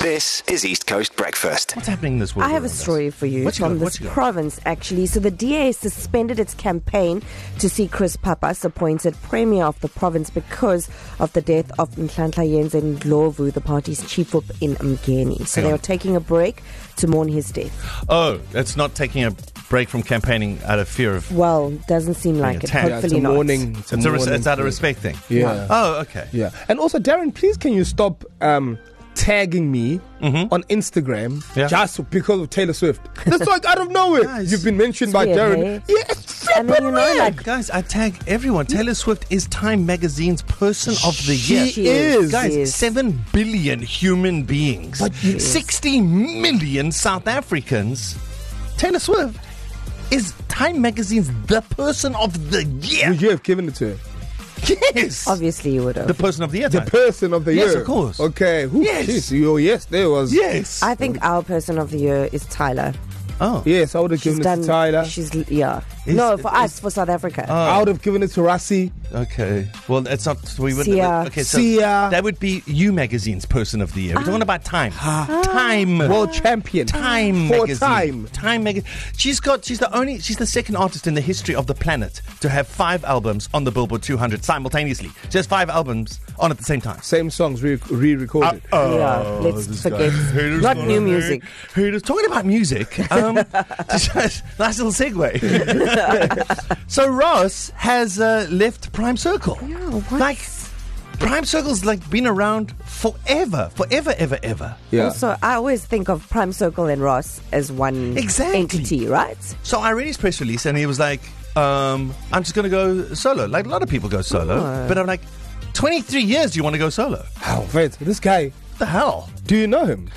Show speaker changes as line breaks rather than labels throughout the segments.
This is East Coast Breakfast.
What's happening this week?
I have a story for you
What you
from
got? What
this
you got?
province, actually. So the DA suspended its campaign to see Chris Papas appointed premier of the province because of the death of Nhlanhla Yenze Ndlovu, the party's chief whip in Mgeni. So
Hang
they
on.
are taking a break to mourn his death.
Oh, that's not taking a break from campaigning out of fear of.
Well, doesn't seem like it.
attacked. Yeah, it's
Hopefully
it's a
not.
morning.
It's, a, res- it's out of respect thing.
Yeah.
Oh, okay.
Yeah. And also, Darren, please can you stop um, tagging me on Instagram
Mm-hmm. Yeah.
just because of Taylor Swift? That's like out of nowhere.
Guys.
You've been mentioned by
Weird,
Darren.
eh?
Yeah, it's
I mean,
flippin'
you know,
weird.
like-
Guys, I tag everyone. Taylor Swift is Time Magazine's Person of the Year.
She is.
Guys,
She is.
7 billion human beings, 60 million South Africans. Taylor Swift is Time Magazine's The Person of the Year.
Would you have given it to her?
Yes.
Obviously, you would have.
The Person of the Year.
The
Time.
person of the
Yes,
year.
of course.
Okay. Who,
Yes.
Jeez, you- oh, yes, there was.
yes.
I think our person of the year is Tyler.
oh.
Yes, I would have
She's
given it
done.
to Tyler.
She's yeah.
Is-
no, for us, for South Africa.
I would have given it to Rasi.
Okay. Well, that's not. We would.
Sia.
Okay. So
Sia.
that would be you magazine's person of the year. We're talking about time. Time.
Ah.
Ah.
World champion.
Time
For
magazine.
time.
Time magazine. She's got. She's the only. She's the second artist in the history of the planet to have five albums on the Billboard 200 simultaneously. She has five albums on at the same time.
Same songs re- re-recorded.
Uh, yeah, let's forget. Not new music.
Who's talking about music? Um, nice little segue. so Ross has uh, left Prime Circle.
Yeah, what?
Like Prime Circle's like been around forever, forever, ever, ever.
yeah.
Also, I always think of Prime Circle and Ross as one
Exactly.
entity, right?
So I read his press release and he was like, um, "I'm just going to go solo." Like a lot of people go solo,
Oh.
but I'm like, "23 years, you want to go solo?
How? Wait, this guy.
the hell?"
Do you know him?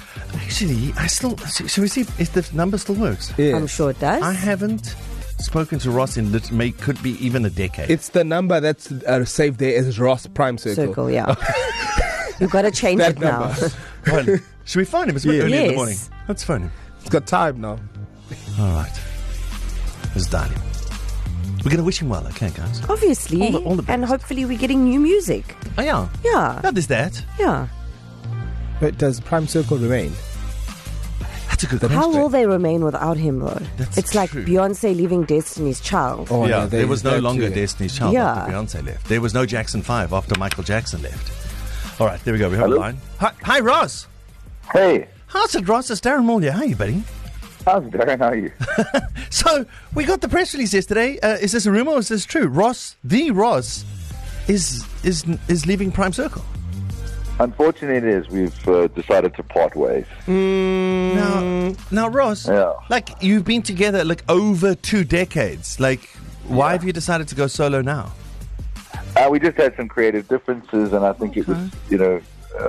Actually, I still. Should we see if the number still works?
Yeah.
I'm sure it does.
I haven't spoken to Ross in lit- may, could be even a decade.
It's the number that's uh, saved there as Ross Prime Circle.
Circle, yeah. You've got to change
That
it now.
number.
Well, should we phone him? It's early in the
Yes.
morning. Let's phone him.
It's got time now.
All right. Let's dial him. We're going to wish him well, okay, guys?
Obviously,
All the- all the
and
best.
hopefully we're getting new music.
Oh, yeah.
Yeah,
Now there's that.
yeah.
But does Prime Circle remain?
That's a good
How
question.
will they remain without him, though?
That's
it's like
true.
Beyonce leaving Destiny's Child.
Oh,
yeah,
no,
there was no
that
longer
too.
Destiny's Child
Yeah.
after Beyonce left. There was no Jackson 5 after Michael Jackson left. All right, there we go. We have a line. Hi, hi Ross.
Hey,
How's it, Ross? It's Darren Moore here. How you, buddy?
how's it going? How are you?
So we got the press release yesterday. Uh, is this a rumor or is this true? Ross, the Ross, is is is leaving Prime Circle.
Unfortunately, it is. We've uh, decided to part ways.
Now, now, Ross,
Yeah.
like you've been together like over two decades. Like, why have you decided to go solo now?
Uh, we just had some creative differences, and I think it was, you know,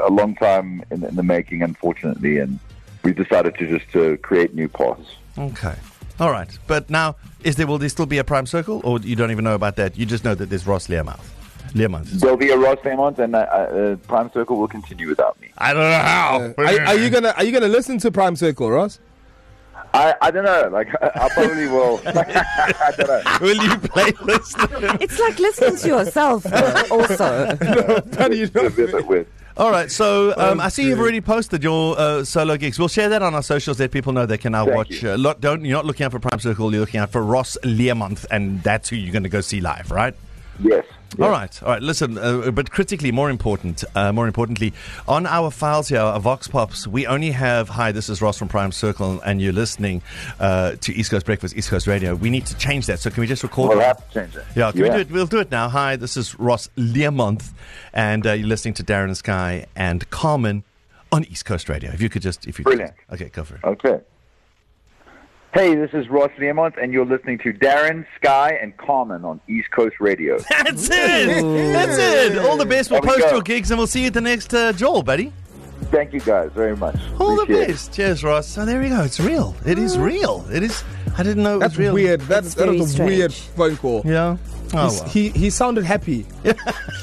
a long time in, in the making, unfortunately, and we decided to just uh, create new paths.
Okay, all right. But now, is there will there still be a Prime Circle, or you don't even know about that? You just know that there's Ross Learmouth. Learmouth.
There'll be a Ross Fairmont, and uh, uh, Prime Circle will continue without me.
I don't know how.
Are, are you gonna Are you gonna listen to Prime Circle, Ross?
I, I don't know. Like, I, I probably will. I don't know.
Will you play this?
It's like listening to yourself, though, also.
How do you know?
It's a bit weird.
All right, so um, I see you've
Okay.
already posted your uh, solo gigs. We'll share that on our socials. Let people know they can now
Thank
watch.
you.
Uh, lot, don't you're not looking out for Prime Circle. You're looking out for Ross Learmonth, and that's who you're going to go see live, right?
Yes.
All right, all right. Listen, uh, but critically, more important, uh, more importantly, on our files here, our Vox Pops, we only have "Hi, this is Ross from Prime Circle," and you're listening uh, to East Coast Breakfast, East Coast Radio. We need to change that. So can we just record?
We'll have to change it.
Yeah, can we do it? We'll do it now. Hi, this is Ross Learmonth, and uh, you're listening to Darren Sky and Carmen on East Coast Radio. If you could just, if you
Brilliant. Oh.
Could, okay, go for it.
Okay. Hey, this is Ross Learmont, and you're listening to Darren, Sky, and Carmen on East Coast Radio.
That's it. That's it. All the best. We'll
There we
post
go.
your gigs, and we'll see you at the next uh, Joel, buddy.
Thank you guys very much.
All
Appreciate
the
it. Mm.
best. Cheers, Ross. So there we go. It's real. It is real. It is. I didn't know it
That's
was real.
weird. That's that
very
was a weird
strange.
phone call.
Yeah. Oh,
He's-
well.
He he sounded happy.
I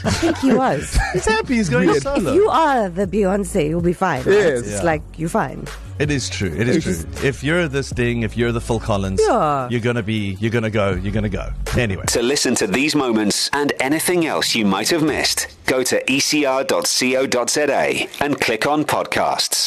think he was.
he's happy. He's going
Weird.
solo.
If you are the Beyonce, you'll be fine. right?
Yes.
It's
Yeah.
like, you're fine.
It is true. It is
It's-
true. If you're this thing, if you're the Phil Collins,
Yeah.
you're gonna be. You're gonna go. You're gonna go. Anyway.
To listen to these moments and anything else you E might have missed, go to ecr.co.za and click on podcasts.